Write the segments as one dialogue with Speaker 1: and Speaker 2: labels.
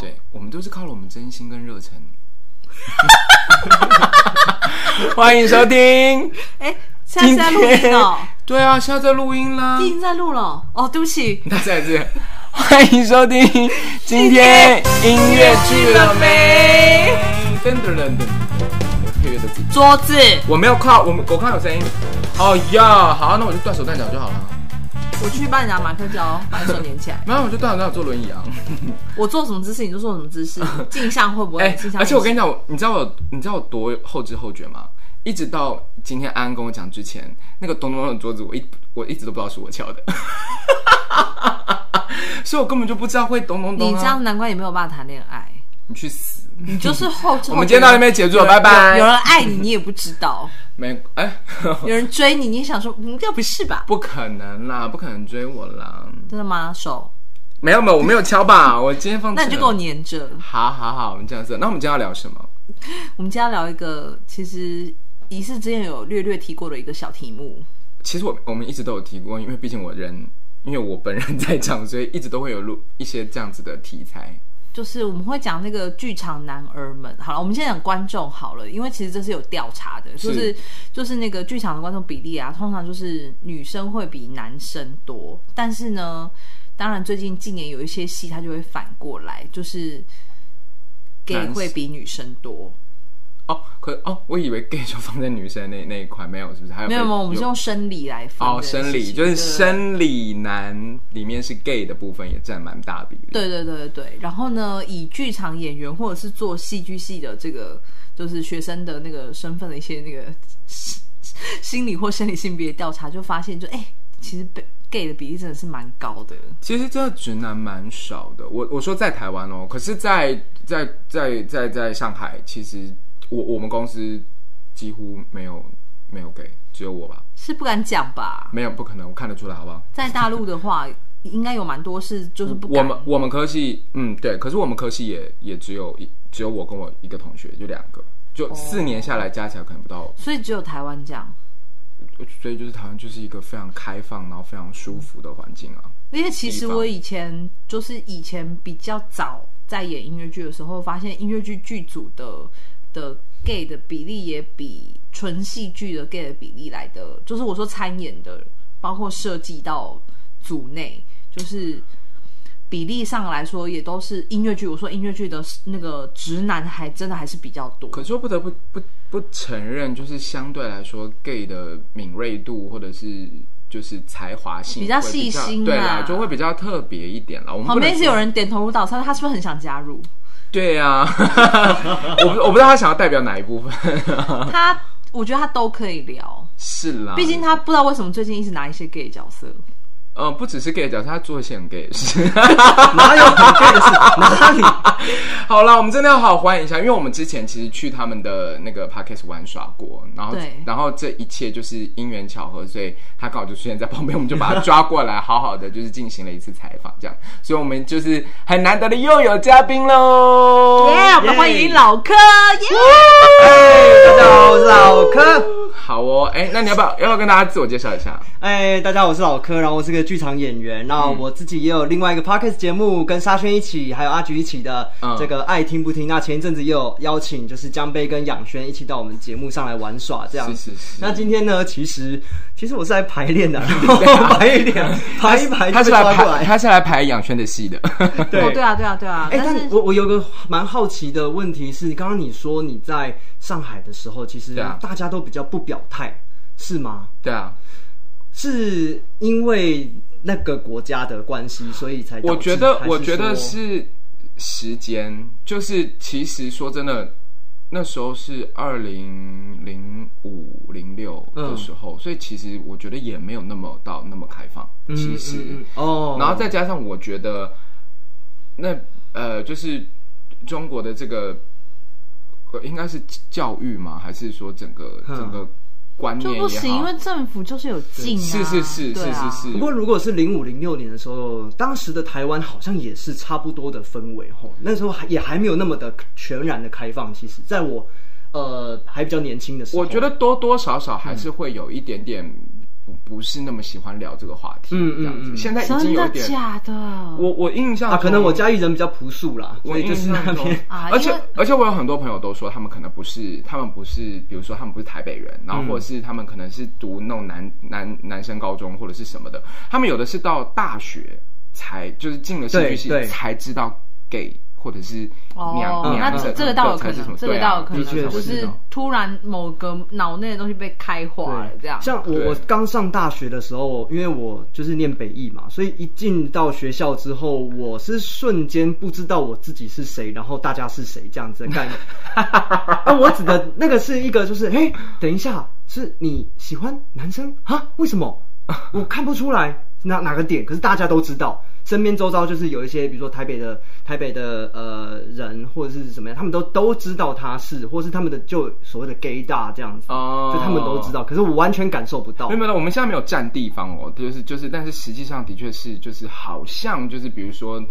Speaker 1: 对，我们都是靠了我们真心跟热 忱。欢迎收 听，
Speaker 2: 哎，现在是在录音哦，
Speaker 1: 对啊，现在在录音啦
Speaker 2: 已。经在录了哦。对不起，
Speaker 1: 那再一次，欢迎收听今天音乐剧了没？噔噔噔噔，配乐的自己，
Speaker 2: 桌子，
Speaker 1: 我没有靠，我我刚刚有声音。哦呀，好，那我就断手断脚就好了。
Speaker 2: 我去帮你拿马克胶把你手粘起来。
Speaker 1: 没有，我就断手断脚坐轮椅啊。
Speaker 2: 我做什么姿势你就做什么姿 势，镜像会不会？
Speaker 1: 哎、
Speaker 2: 镜像
Speaker 1: 而且我跟
Speaker 2: 你
Speaker 1: 你讲，我你知道我你知道我多后知后觉吗？一直到今天安安跟我讲之前，那个咚咚咚的桌子，我一我一直都不知道是我敲的， 所以我根本就不知道会咚咚咚、
Speaker 2: 你
Speaker 1: 啊。
Speaker 2: 这样，难怪你没有办法谈恋爱，
Speaker 1: 你去死！
Speaker 2: 你就是后。后
Speaker 1: 我们今天到这边结束了，拜拜。
Speaker 2: 有有人爱你，你也不知 道；
Speaker 1: 没哎、
Speaker 2: 有人追你，你也想说，嗯，这不是吧？
Speaker 1: 不可能啦，不可能追我啦。
Speaker 2: 真的吗？手，
Speaker 1: 没有没有，我没有敲吧，我今天放。
Speaker 2: 那你就给我。粘着。
Speaker 1: 好好好，我们这样子。那我们今天要聊什么？
Speaker 2: 我们今天要聊一个，其实仪式之前有略略提过的一个小题目。
Speaker 1: 其实我我们一直都有提过，因为毕竟我人，因为我本人在场，所以一直都会有录一些这样子的题材。
Speaker 2: 就是我们会讲那个剧场男儿们。好了，我们先讲观众好了，因为其实这是有调查的，就是就是那个剧场的观众比例啊，通常就是女生会比男生多，但是呢，当然最近近年有一些戏，它就会反过来，就是 gay
Speaker 1: 男
Speaker 2: 会比女生多。
Speaker 1: 哦， 可哦，我以为 gay 就放在女生那那一块，没有，是不是？啊还有
Speaker 2: 没有没有，我们是
Speaker 1: 就
Speaker 2: 用生理来分
Speaker 1: 哦，
Speaker 2: 这件
Speaker 1: 生
Speaker 2: 事
Speaker 1: 理
Speaker 2: 情
Speaker 1: 就是
Speaker 2: 对
Speaker 1: 生理男里面是 gay 的部分也占蛮大比例。
Speaker 2: 对对对对对，然后呢，以剧场演员或者是做戏剧系的这个，就是学生的那个身份的一些那个心理或生理性别调查，就发现就哎、其实被 gay 的比例真的是蛮高的。
Speaker 1: 其实真的直男蛮少的。我我说在台湾哦，可是在，在在在在在上海，其实我我们公司几乎没有没有 gay，只有我吧？
Speaker 2: 是不敢讲吧？
Speaker 1: 没有，不可能，我看得出来，好不好？
Speaker 2: 在大陆的话，应该有蛮多是就是不
Speaker 1: 我
Speaker 2: 敢。
Speaker 1: 们我们科系，嗯，对，可是我们科系也也只有一只有我跟我一个同学，就两个，就
Speaker 2: 哦
Speaker 1: 四年下来加起来可能不到，
Speaker 2: 所以只有台湾这样，
Speaker 1: 所以就是台湾就是一个非常开放，然后非常舒服的环境啊。
Speaker 2: 因为其
Speaker 1: 地
Speaker 2: 实
Speaker 1: 方
Speaker 2: 我以前就是以前比较早在演音乐剧的时候，发现音乐剧剧组的的 gay 的比例也比纯戏剧的 gay 的比例来的，就是我说参演的，包括设计到组内，就是比例上来说也都是音乐剧。我说音乐剧的那个直男还真的还是比较多，
Speaker 1: 可是又不得不不不承认，就是相对来说，gay 的敏锐度或者是就是才华性
Speaker 2: 比较
Speaker 1: 会
Speaker 2: 细心啊
Speaker 1: 对啦，就会比较特别一点啦。我们
Speaker 2: 旁
Speaker 1: 不能
Speaker 2: 边是
Speaker 1: 说
Speaker 2: 有人点头如捣蒜，他是不是很想加 入？
Speaker 1: 对呀、 我不我不知道他想要代表哪一部分，
Speaker 2: 他我觉得他都可以 聊，
Speaker 1: 是啦，
Speaker 2: 毕竟他不知道为什么最近一直拿一些 gay 角色。
Speaker 1: 嗯、不只是 gay 角，他做线 gay 也是。
Speaker 3: 哪有很 gay 的事？哪里？
Speaker 1: 好啦，我们真的要好好欢迎一下，因为我们之前其实去他们的那个 podcast 玩耍过，然后
Speaker 2: 对
Speaker 1: 然后这一切就是因缘巧合，所以他刚好就出现在旁边，我们就把他抓过来，好好的就是进行了一次采访，这样，所以我们就是很难得的又有嘉宾喽。
Speaker 2: 耶！我们欢迎老柯，
Speaker 3: 哎
Speaker 2: 耶！
Speaker 3: 大家好，我是老柯。
Speaker 1: 好哦，哎，那你要不要要不要跟大家自我介绍一下？
Speaker 3: 哎，大家好，我是老柯，然后我是个剧场演员，那我自己也有另外一个 podcast 节目，跟沙宣一起，还有阿菊一起的
Speaker 1: 嗯
Speaker 3: 这个爱听不听。那前一阵子也有邀请，就是江贝跟养轩一起到我们节目上来玩耍，这样
Speaker 1: 是
Speaker 3: 子。
Speaker 1: 是是
Speaker 3: 那今天呢，其实其实我是来排练 的，然后排一练，排一排
Speaker 1: 他
Speaker 3: 就是被抓
Speaker 1: 来
Speaker 3: 过来
Speaker 1: 排。他是来排养圈的戏的，
Speaker 3: 对
Speaker 2: 哦，对啊，对啊，对啊。
Speaker 3: 哎、
Speaker 2: 但是
Speaker 3: 但我我有个蛮好奇的问题是，刚刚你说你在上海的时候，其实
Speaker 1: 对啊
Speaker 3: 大家都比较不表态，是吗？
Speaker 1: 对啊。
Speaker 3: 是因为那个国家的关系，所以才导
Speaker 1: 我
Speaker 3: 致
Speaker 1: 觉得
Speaker 3: 还，
Speaker 1: 我觉得
Speaker 3: 说
Speaker 1: 是时间，就是其实说真的，那时候是二零零五零六
Speaker 3: 嗯
Speaker 1: 的时候，所以其实我觉得也没有那么到那么开放，
Speaker 3: 嗯
Speaker 1: 其实，
Speaker 3: 嗯嗯哦，
Speaker 1: 然后再加上我觉得那呃，就是中国的这个。呃应该是教育吗？还是说整个
Speaker 3: 嗯
Speaker 1: 整个观念
Speaker 2: 就
Speaker 1: 也
Speaker 2: 不行，
Speaker 1: 好
Speaker 2: 因为政府就是有禁啊。
Speaker 1: 是是是是
Speaker 2: 对啊
Speaker 1: 是是，
Speaker 3: 不过如果是零五零六年的时候，当时的台湾好像也是差不多的氛围吼，那时候还也还没有那么的全然的开放。其实，在我呃还比较年轻的时候，
Speaker 1: 我觉得多多少少还是会有一点点不不是那么喜欢聊这个话题，
Speaker 3: 嗯嗯
Speaker 1: 这样子。
Speaker 3: 嗯
Speaker 1: 现在已经
Speaker 2: 真
Speaker 1: 有
Speaker 2: 的
Speaker 1: 一点，
Speaker 2: 假的？
Speaker 1: 我我印象
Speaker 3: 啊，可能我
Speaker 1: 中
Speaker 3: 家里人比较朴素啦，
Speaker 1: 我
Speaker 3: 所以
Speaker 1: 印
Speaker 3: 就是
Speaker 1: 象
Speaker 3: 那
Speaker 1: 中
Speaker 3: 边，
Speaker 2: 啊
Speaker 1: 而且
Speaker 2: 因为
Speaker 1: 而且我有很多朋友都说，他们可能不是，他们不是，比如说他们不是台北人，然后
Speaker 3: 嗯
Speaker 1: 或者是他们可能是读那种男男男生高中或者是什么的，他们有的是到大学才就是进了戏剧系
Speaker 3: 对对
Speaker 1: 才知道 gay 或者是娘、
Speaker 2: 哦，
Speaker 1: 娘
Speaker 2: 那
Speaker 1: 的
Speaker 2: 这这个倒有
Speaker 1: 才
Speaker 2: 可
Speaker 1: 是什
Speaker 2: 能，
Speaker 1: 么
Speaker 2: 这个
Speaker 1: 对
Speaker 2: 倒
Speaker 1: 啊
Speaker 2: 有可
Speaker 3: 的
Speaker 2: 能，
Speaker 3: 确
Speaker 2: 就是是
Speaker 3: 的
Speaker 2: 突然某个脑内的东西被开化了这样。
Speaker 3: 像我
Speaker 1: 对
Speaker 3: 我刚上大学的时候，因为我就是念北艺嘛，所以一进到学校之后，我是瞬间不知道我自己是谁，然后大家是谁这样子的 概念。那我指的那个是一个，就是哎、诶等一下，是你喜欢男生啊？为什么？我看不出来哪哪个点，可是大家都知道，身边周遭就是有一些，比如说台北的台北的呃人或者是怎么样，他们都都知道他是，或是他们的就所谓的 gay 大这样子，
Speaker 1: 哦
Speaker 3: 就他们都知道，可是我完全感受不到
Speaker 1: 没有。没有，我们现在没有占地方哦，就是就是，但是实际上的确是，就是好像就是比如说，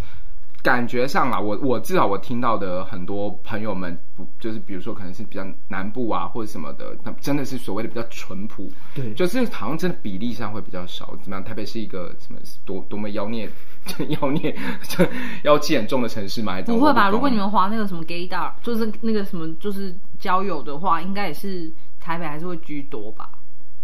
Speaker 1: 感觉上啦，我我至少我听到的很多朋友们，不就是比如说可能是比较南部啊或者什么的，那真的是所谓的比较淳朴，
Speaker 3: 对
Speaker 1: 就是好像真的比例上会比较少。怎么样？台北是一个什么多多么妖孽 妖孽 妖气很重的城市吗？还是怎么
Speaker 2: 不会
Speaker 1: 我
Speaker 2: 吧？
Speaker 1: 懂啊
Speaker 2: 如果你们滑那个什么 gaydar，就是那个什么就是交友的话，应该也是台北还是会居多吧？
Speaker 1: 啊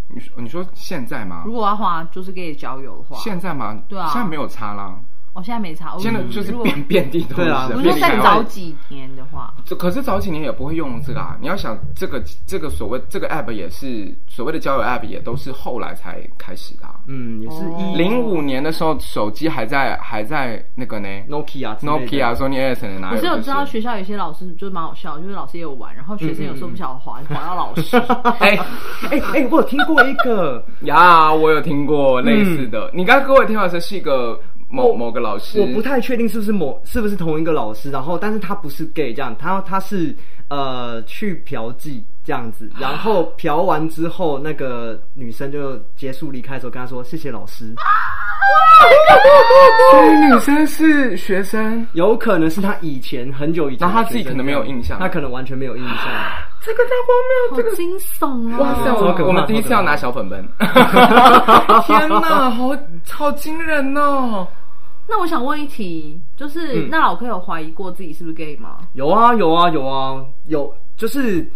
Speaker 1: 你说你说现在吗
Speaker 2: 如？果要滑就是 gay 交友的话，
Speaker 1: 现在吗？
Speaker 2: 对啊
Speaker 1: 现在没有差啦，
Speaker 2: 我、哦、现在没差，我
Speaker 1: 现在就是
Speaker 2: 如果
Speaker 1: 遍遍地都是
Speaker 3: 对啊
Speaker 1: 人，
Speaker 2: 我是
Speaker 1: 遍
Speaker 2: 说
Speaker 1: 地
Speaker 2: 再
Speaker 1: 开花
Speaker 2: 早几年的话，
Speaker 1: 这可是早几年也不会用这个啊！你要想，这个这个所谓这个 app 也是所谓的交友 app，也都是后来才开始的、啊。
Speaker 3: 嗯，也是
Speaker 2: 哦
Speaker 3: 一
Speaker 1: 零五年的时候，手机还在还在那个呢
Speaker 3: Nokia 之类的
Speaker 1: ，Nokia、Sony Ericsson 的哪
Speaker 2: 我
Speaker 1: 有、
Speaker 2: 是
Speaker 1: 就是？
Speaker 2: 有知道学校有些老师就是蛮好笑，就是老师也有玩，然后学生有时候不小心滑，滑到老师。
Speaker 3: 嗯
Speaker 1: 哎
Speaker 3: 哎哎，我有听过一个，
Speaker 1: 呀，我有听过类似的。你刚刚给我听到的是一个某某个老师，
Speaker 3: 我不太确定 是不是某是不是同一个老师，然后但是他不是 gay 这样，他他是呃去嫖妓这样子，然后嫖完之后，那个女生就结束离开的时候跟他说谢谢老师，
Speaker 1: 所以女生是学生，
Speaker 3: 有可能是他以前很久以前的
Speaker 1: 然
Speaker 3: 学生这样，
Speaker 1: 后他自己可能没有印象
Speaker 3: 他可能完全没有印象。
Speaker 1: 这个太荒 谬，
Speaker 2: 好惊悚啊！
Speaker 1: 哇塞，
Speaker 3: 超可怕
Speaker 1: 我我们第一次要拿小本本， 天哪，好好惊人哦！
Speaker 2: 那我想问一题，就是、
Speaker 3: 嗯
Speaker 2: 那老柯有怀疑过自己是不是 gay 吗？
Speaker 3: 有啊，有啊，有啊，有，就是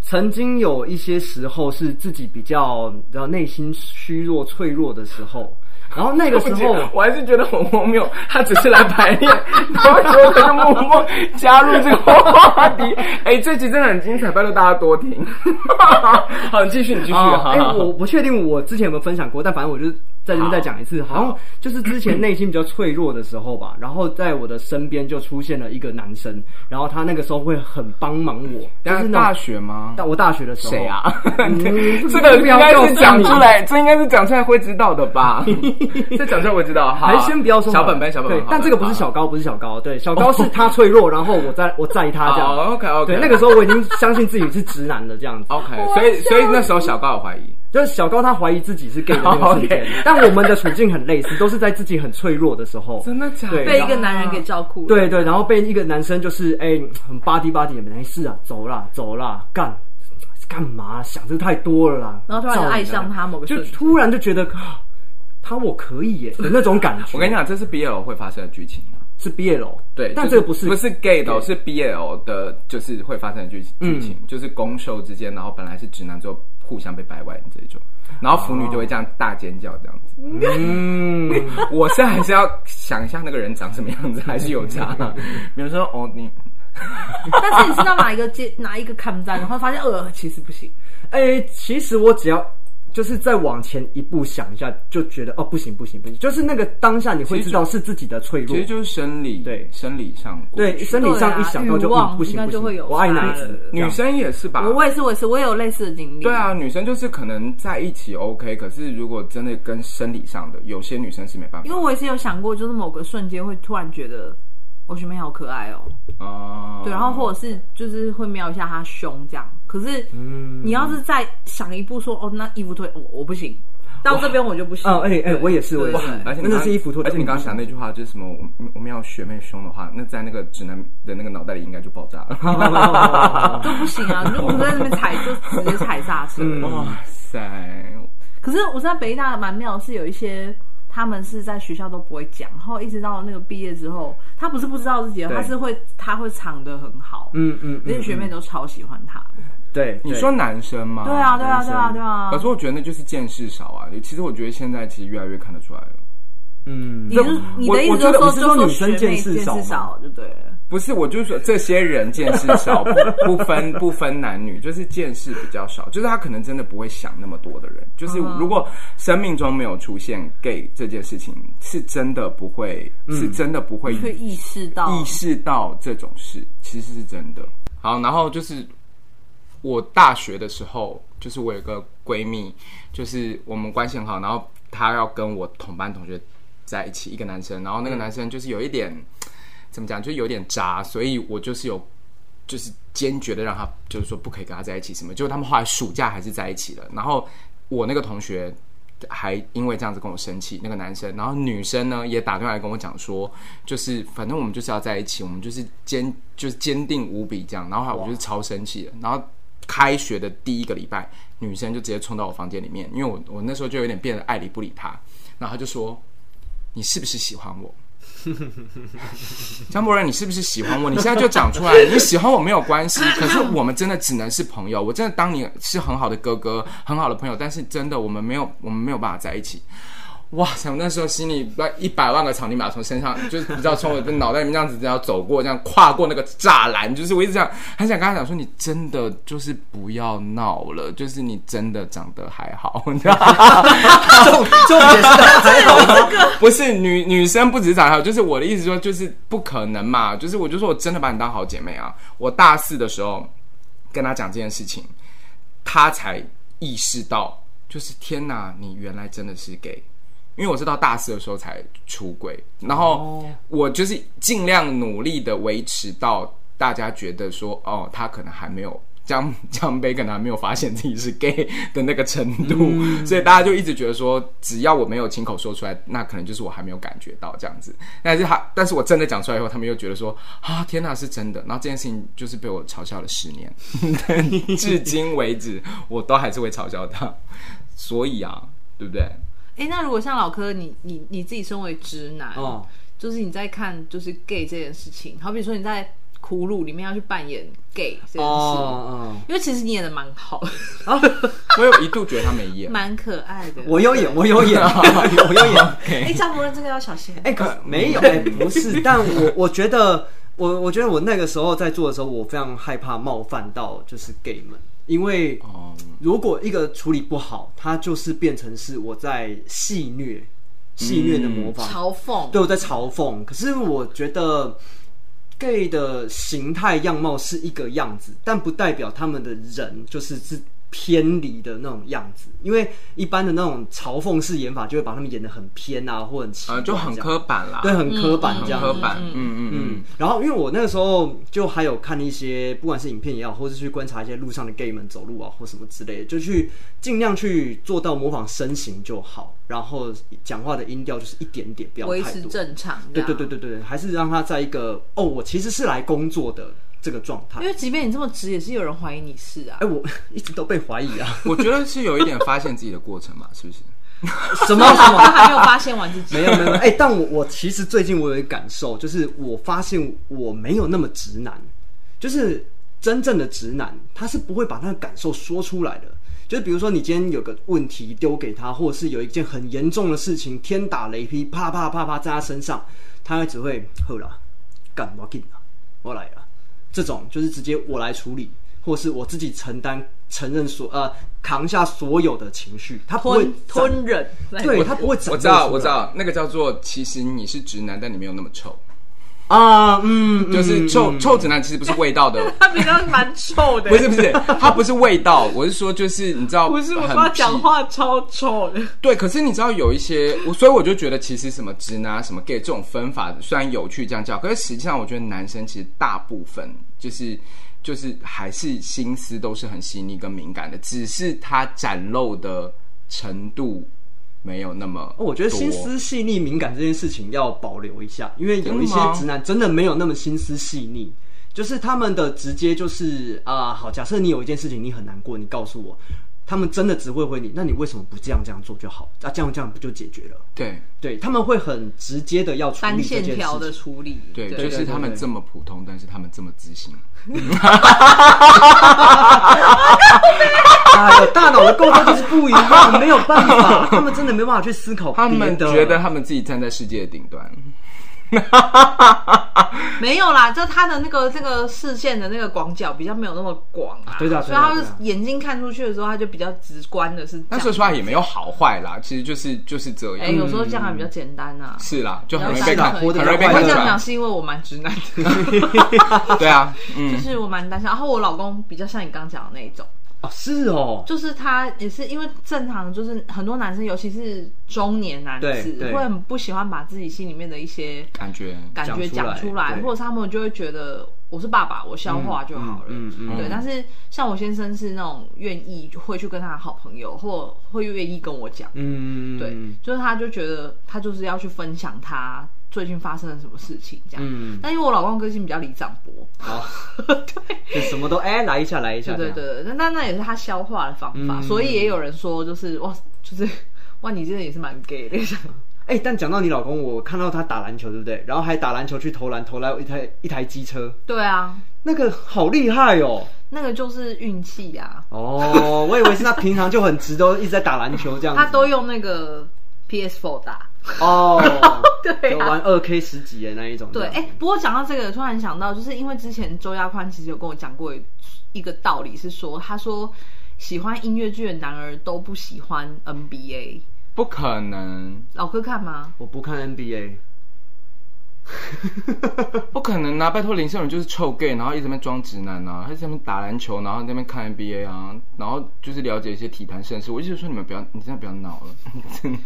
Speaker 3: 曾经有一些时候是自己比较比较内心虚弱、脆弱的 时候，然后那个时候，
Speaker 1: 我还是觉得很荒谬。他只是来排 练，然后结果他就默默加入这个话题。 哎、这集真的很精彩，拜托大家多 听。好，你继续，你继续。
Speaker 3: 啊，
Speaker 1: 哈
Speaker 3: 哎、
Speaker 1: 哈
Speaker 3: 我我不确定我之前有没有分享过，但反正我就是在这边再讲一次，好像就是之前内心比较脆弱的时候吧，然后在我的身边就出现了一个男生，然后他那个时候会很帮忙我，就
Speaker 1: 等
Speaker 3: 是
Speaker 1: 下
Speaker 3: 那
Speaker 1: 大
Speaker 3: 种
Speaker 1: 学吗？
Speaker 3: 到我大学的时候，
Speaker 1: 谁啊？
Speaker 3: 嗯
Speaker 1: 这个应该是讲出。
Speaker 3: 不要告诉你
Speaker 1: 来，这应该是讲出来会知道的 吧？这讲出来我知道。好，
Speaker 3: 还先不要说好
Speaker 1: 小
Speaker 3: 了
Speaker 1: 本本，小本本
Speaker 3: 对。
Speaker 1: 好
Speaker 3: 但这个不是
Speaker 1: 好
Speaker 3: 小高，不是小高，对，小高是他脆弱，然后我在我在意他这样。
Speaker 1: 哦，OK，OK
Speaker 3: 对，那个时候我已经相信自己是直男了，这样子。
Speaker 1: OK，所以所以那时候小高有怀疑。
Speaker 3: 就是小高他怀疑自己是 gay 的 那个瞬间
Speaker 1: OK，
Speaker 3: 但我们的处境很类似，都是在自己很脆弱的时候。
Speaker 1: 真的假的
Speaker 3: 对啊
Speaker 2: 被一个男人给照顾了。
Speaker 3: 对对，然后被一个男生就是哎、很巴迪巴迪，没事啊，走啦走啦，干干嘛？想的太多了啦。
Speaker 2: 然后突然就爱上他某个
Speaker 3: 就
Speaker 2: 瞬间
Speaker 3: 突然就觉得啊他我可以耶的那种感觉。
Speaker 1: 我跟你讲，这是 BL 会发生的剧情。
Speaker 3: 是 BL，
Speaker 1: 对，
Speaker 3: 但
Speaker 1: 就
Speaker 3: 这个不是
Speaker 1: 不是 gay 的、哦，
Speaker 3: 对
Speaker 1: 是 BL 的，就是会发生的剧剧情，就是攻受之间，然后本来是直男之后互相被掰弯这一种，然后腐女就会这样大尖叫这样子。
Speaker 3: 哦 嗯，
Speaker 1: 我是还是要想一下那个人长什么样子，还是有差的。比如说哦，你
Speaker 2: 但是你知道哪一个接哪一个看站，然后发现呃其实不行。
Speaker 3: 哎、其实我只要就是再往前一步想一下，就觉得哦，不行不行不行，就是那个当下你会知道是自己的脆弱
Speaker 1: 其实，就是生理
Speaker 3: 对
Speaker 1: 生理上过
Speaker 3: 对
Speaker 1: 不去
Speaker 3: 生理上一想到就、
Speaker 2: 对啊
Speaker 3: 嗯、不行
Speaker 2: 欲望应
Speaker 3: 不
Speaker 2: 该就会
Speaker 3: 行，
Speaker 2: 有
Speaker 3: 我爱奶
Speaker 2: 差
Speaker 3: 子
Speaker 2: 了，
Speaker 3: 这
Speaker 1: 女
Speaker 3: 样
Speaker 1: 生也是吧？
Speaker 2: 我我也是，我也是，我也有类似的经历。
Speaker 1: 对，啊，女生就是可能在一起 OK，可是如果真的跟生理上的，有些女生是没办法
Speaker 2: 因为我也是有想过，就是某个瞬间会突然觉得我学妹好可爱哦、
Speaker 1: 哦。
Speaker 2: 对，然后或者是就是会瞄一下她胸这样。可是，
Speaker 3: 嗯
Speaker 2: 你要是再想一步说哦，那衣服脱，我我不行，到这边我就不行。
Speaker 3: 哦，哎、哎、我也是，我也
Speaker 2: 对
Speaker 3: 是，
Speaker 1: 而且你
Speaker 3: 那
Speaker 1: 刚
Speaker 3: 是衣服脱，
Speaker 1: 而且你刚刚讲那
Speaker 3: 句，
Speaker 1: 句话就是什么？我们我们要学妹胸的话，那在那个直男的那个脑袋里应该就爆炸了。
Speaker 3: 哦 嗯
Speaker 2: 就不行啊，就不在那边踩，就直接踩刹车。
Speaker 1: 哇塞！
Speaker 2: 可是我知道北艺大蛮妙的是有一些。他们是在学校都不会讲，然后一直到那个毕业之后，他不是不知道自己，
Speaker 3: 对
Speaker 2: 他是会他会藏得很好，
Speaker 3: 嗯嗯，哦
Speaker 2: 那些学妹都超喜欢他。
Speaker 3: 对，
Speaker 1: 你
Speaker 3: 对
Speaker 1: 说男生吗？
Speaker 2: 对啊，对啊，
Speaker 3: 男生
Speaker 2: 对啊，对啊。
Speaker 1: 可是我觉得那就是见识少啊。其实我觉得现在其实越来越看得出来了。
Speaker 3: 嗯
Speaker 2: 你就是你的意思
Speaker 1: 我
Speaker 2: 就
Speaker 1: 我觉得
Speaker 2: 说
Speaker 1: 我是
Speaker 2: 就
Speaker 3: 说
Speaker 2: 说
Speaker 3: 女生
Speaker 2: 学妹
Speaker 3: 见识少吗
Speaker 2: 少，就对了。
Speaker 1: 不是，我就是说这些人见识少，不不分不分男女，就是见识比较少，就是他可能真的不会想那么多的人，就是
Speaker 2: 嗯
Speaker 1: 如果生命中没有出现 gay 这件事情，是真的不会，是真的不会
Speaker 2: 去意识到
Speaker 1: 意识到这种事，其实是真的。好，然后就是我大学的时候，就是我有一个闺蜜，就是我们关系很好，然后她要跟我同班同学在一起，一个男生，然后那个男生就是有一点、怎么讲，就有点渣，所以我就是有。就是坚决的让他，就是说不可以跟他在一起什么。结果他们后来暑假还是在一起了。然后我那个同学还因为这样子跟我生气，那个男生，然后女生呢也打电话来跟我讲说，就是反正我们就是要在一起，我们就是坚就是坚定无比这样。然后后来我就是超生气的。然后开学的第一个礼拜，女生就直接冲到我房间里面，因为我我那时候就有点变得爱理不理她，然后她就说：“你是不是喜欢我？”张博仁，你是不是喜欢我？你现在就讲出来，你喜欢我没有关系，可是我们真的只能是朋友。我真的当你是很好的哥哥，很好的朋友，但是真的我们没有，我们没有办法在一起。哇塞！我那时候心里不知道一百万个草泥马从身上，就是你知道从我的脑袋里面这样子这样走过，这样跨过那个栅栏，就是我一直想很想跟他讲说，你真的就是不要闹了，就是你真的长得还好， 你知道吗？
Speaker 3: 重重点是还好，
Speaker 1: 不是女女生不止长得好，就是我的意思说，就是不可能嘛，就是我就说我真的把你当好姐妹啊。我大四的时候跟她讲这件事情，她才意识到，就是天哪，你原来真的是 gay。因为我是到大四的时候才出轨，然后我就是尽量努力的维持到大家觉得说，哦，他可能还没有 江江杯可能还没有发现自己是 gay 的那个程度，所以大家就一直觉得说，只要我没有亲口说出来，那可能就是我还没有感觉到这样子。但是他，但是我真的讲出来以后，他们又觉得说，啊，天哪，是真的。然后这件事情就是被我嘲笑了十年， 但至今为止我都还是会嘲笑他，所以啊，对不对？
Speaker 2: 哎、那如果像老柯，你你你自己身为直男，
Speaker 3: 哦，
Speaker 2: 就是你在看就是 gay 这件事情，好比说你在苦鲁里面要去扮演 gay 这件事，
Speaker 3: 哦
Speaker 2: 因为其实你演的蛮好，
Speaker 1: 我有一度觉得他没演，
Speaker 2: 蛮可爱的。
Speaker 3: 我有演，我有 演，我有演。
Speaker 2: 哎、张博仁这个要小 心。
Speaker 3: 哎、可是没有，哎、不是，但我我觉得，我我觉得我那个时候在做的时候，我非常害怕冒犯到就是 gay 们，因为
Speaker 1: 哦，
Speaker 3: 如果一个处理不好，它就是变成是我在戏虐，戏虐的模仿，
Speaker 2: 嘲讽，
Speaker 3: 对，我在嘲讽。可是我觉得 gay 的形态样貌是一个样子，但不代表他们的人就是是偏离的那种样子，因为一般的那种嘲讽式演法就会把他们演得很偏啊，或很奇怪、
Speaker 1: 呃，就很刻板啦，
Speaker 3: 对，，很刻板
Speaker 1: 很
Speaker 3: 这样子。
Speaker 1: 刻板，嗯嗯
Speaker 3: 嗯
Speaker 1: 嗯，，
Speaker 3: 然后因为我那个时候就还有看一些，不管是影片也好，或是去观察一些路上的 gay 们走路啊，或什么之类的，就去尽量去做到模仿身形就好，然后讲话的音调就是一点点，不要
Speaker 2: 维
Speaker 3: 太
Speaker 2: 持
Speaker 3: 多。
Speaker 2: 正常。
Speaker 3: 对对对。对对，还是让他在一个哦，我其实是来工作的这个状态
Speaker 2: 因。为即便你这么直，也是有人怀疑你是啊
Speaker 3: 哎，。我 一直都被怀 疑啊，
Speaker 1: 我觉得是有一点发现自己的过程吧，是不是？
Speaker 3: 什么什么
Speaker 2: 他还没有发现完 自己。
Speaker 3: 没有没有，没有哎、但我我其实最近我有一个感受，就是我发现我没有那么直男，就是真正的直男，他是不会把他的感受说出来的。就是比如说，你今天有个问题丢给他，或者是有一件很严重的事情，天打雷劈，啪啪啪啪在他身上，他只会后啦，干我劲啊，我来了，这种就是直接我来处理，或是我自己承担、承认所呃扛下所有的情绪，他不会
Speaker 2: 吞吞忍，
Speaker 3: 对他不会
Speaker 1: 我
Speaker 3: 展露
Speaker 1: 知道，
Speaker 3: 出来
Speaker 1: 我知道，那个叫做其实你是直男，但你没有那么臭，
Speaker 3: 啊，嗯，嗯
Speaker 1: 就是臭
Speaker 3: 嗯
Speaker 1: 臭直男其实不是味道的，
Speaker 2: 他比较蛮臭的
Speaker 1: 不是不是，它不是味道，我是说就是你知道，很屁
Speaker 2: 话超臭的。
Speaker 1: 对，可是你知道有一些，我所以我就觉得其实什么直男啊、什么 gay 这种分法，虽然有趣这样叫，可是实际上我觉得男生其实大部分就是就是还是心思都是很细腻跟敏感的，只是他展露的程度没有那么多。
Speaker 3: 哦我觉得心思细腻、敏感这件事情要保留一下，因为有一些
Speaker 1: 真的吗
Speaker 3: 直男真的没有那么心思细腻，就是他们的直接就是啊、好，假设你有一件事情你很难过，你告诉我，他们真的只会回你，那你为什么不这样这样做就好？啊，这样这样不就解决了？
Speaker 1: 对
Speaker 3: 对，他们会很直接的要处
Speaker 2: 单
Speaker 3: 理这
Speaker 2: 线
Speaker 3: 件
Speaker 2: 条
Speaker 3: 事
Speaker 2: 的
Speaker 3: 情。
Speaker 2: 处理，
Speaker 1: 对，
Speaker 3: 对
Speaker 1: 就是他们
Speaker 3: 对
Speaker 1: 这么普通，但是他们这么自信。
Speaker 3: 啊，有大脑的构造就是不一样，没有办 法，他们真的没办法去思考
Speaker 1: 他们
Speaker 3: 别的
Speaker 1: 觉得他们自己站在世界的顶端。
Speaker 2: 没有啦，就他的那个这个视线的那个广角比较没有那么广啊，
Speaker 3: 对的
Speaker 2: 所
Speaker 3: 对
Speaker 2: 以
Speaker 3: 的
Speaker 2: 他
Speaker 3: 对的
Speaker 2: 眼睛看出去的时候，他就比较直观的是这样。
Speaker 1: 但说实话也没有好坏啦，其实就是就是这
Speaker 2: 哎、
Speaker 1: 样。
Speaker 3: 嗯
Speaker 2: 有时候这样还比较简单呐、啊。
Speaker 1: 是啦，就很容
Speaker 2: 比
Speaker 1: 易
Speaker 2: 较
Speaker 1: 被看，
Speaker 2: 单
Speaker 1: 很
Speaker 2: 纯
Speaker 3: 活得
Speaker 1: 容易被
Speaker 2: 我
Speaker 1: 看
Speaker 2: 会这样
Speaker 1: 穿
Speaker 2: 讲。是因为我蛮直男的，
Speaker 1: 对啊，
Speaker 2: 就
Speaker 1: 嗯，
Speaker 2: 是我蛮单向。然后我老公比较像你刚刚讲的那一种，
Speaker 3: 哦，是哦，
Speaker 2: 就是他也是因为正常，就是很多男生，尤其是中年男
Speaker 3: 对
Speaker 2: 子，
Speaker 3: 对
Speaker 2: 会很不喜欢把自己心里面的一些
Speaker 1: 感觉
Speaker 2: 感觉
Speaker 3: 讲
Speaker 2: 讲
Speaker 3: 出
Speaker 2: 出
Speaker 3: 来
Speaker 2: 来，
Speaker 3: 对
Speaker 2: 或者是他们就会觉得我是爸爸，我消化就好了。
Speaker 3: 嗯嗯嗯
Speaker 2: 对，
Speaker 1: 嗯
Speaker 2: 但是像我先生是那种愿意会去跟他的好朋友，或会愿意跟我讲，
Speaker 3: 嗯，
Speaker 2: 对，就是他就觉得他就是要去分享他最近发生了什么事情这样。
Speaker 3: 嗯
Speaker 2: 但因为我老公个性比较李长博，
Speaker 3: 好，
Speaker 2: 对，
Speaker 3: 就啊什么都哎来一下来一下，
Speaker 2: 对对
Speaker 3: 这样，
Speaker 2: 对，那那那也是他消化的方法，
Speaker 3: 嗯
Speaker 2: 所以也有人说就是哇，就是哇，你真的也是蛮 gay 的。
Speaker 3: 哎，但讲到你老公，我看到他打篮球，对不对？然后还打篮球去投篮，投来一台一台机车，
Speaker 2: 对啊，
Speaker 3: 那个好厉害哦。
Speaker 2: 那个就是运气啊呀，
Speaker 3: 哦，我以为是他平常就很直，都一直在打篮球这样子。
Speaker 2: 他都用那个 PS4 打。
Speaker 3: 哦，
Speaker 2: 对啊
Speaker 3: 有玩二 K 十几的那一种。
Speaker 2: 对，哎、不过讲到这个，突然想到，就是因为之前周亚宽其实有跟我讲过一个道理，是说他说喜欢音乐剧的男儿都不喜欢 NBA。
Speaker 1: 不可能，
Speaker 2: 老哥看吗？
Speaker 3: 我不看 NBA。
Speaker 1: 不可能啊！拜托林胜荣就是臭 gay，然后一直在那边装直男啊，他在那边打篮球，然后在那边看 NBA 啊，然后就是了解一些体坛盛事。我一直说你们不要，你真的不要闹了， 真的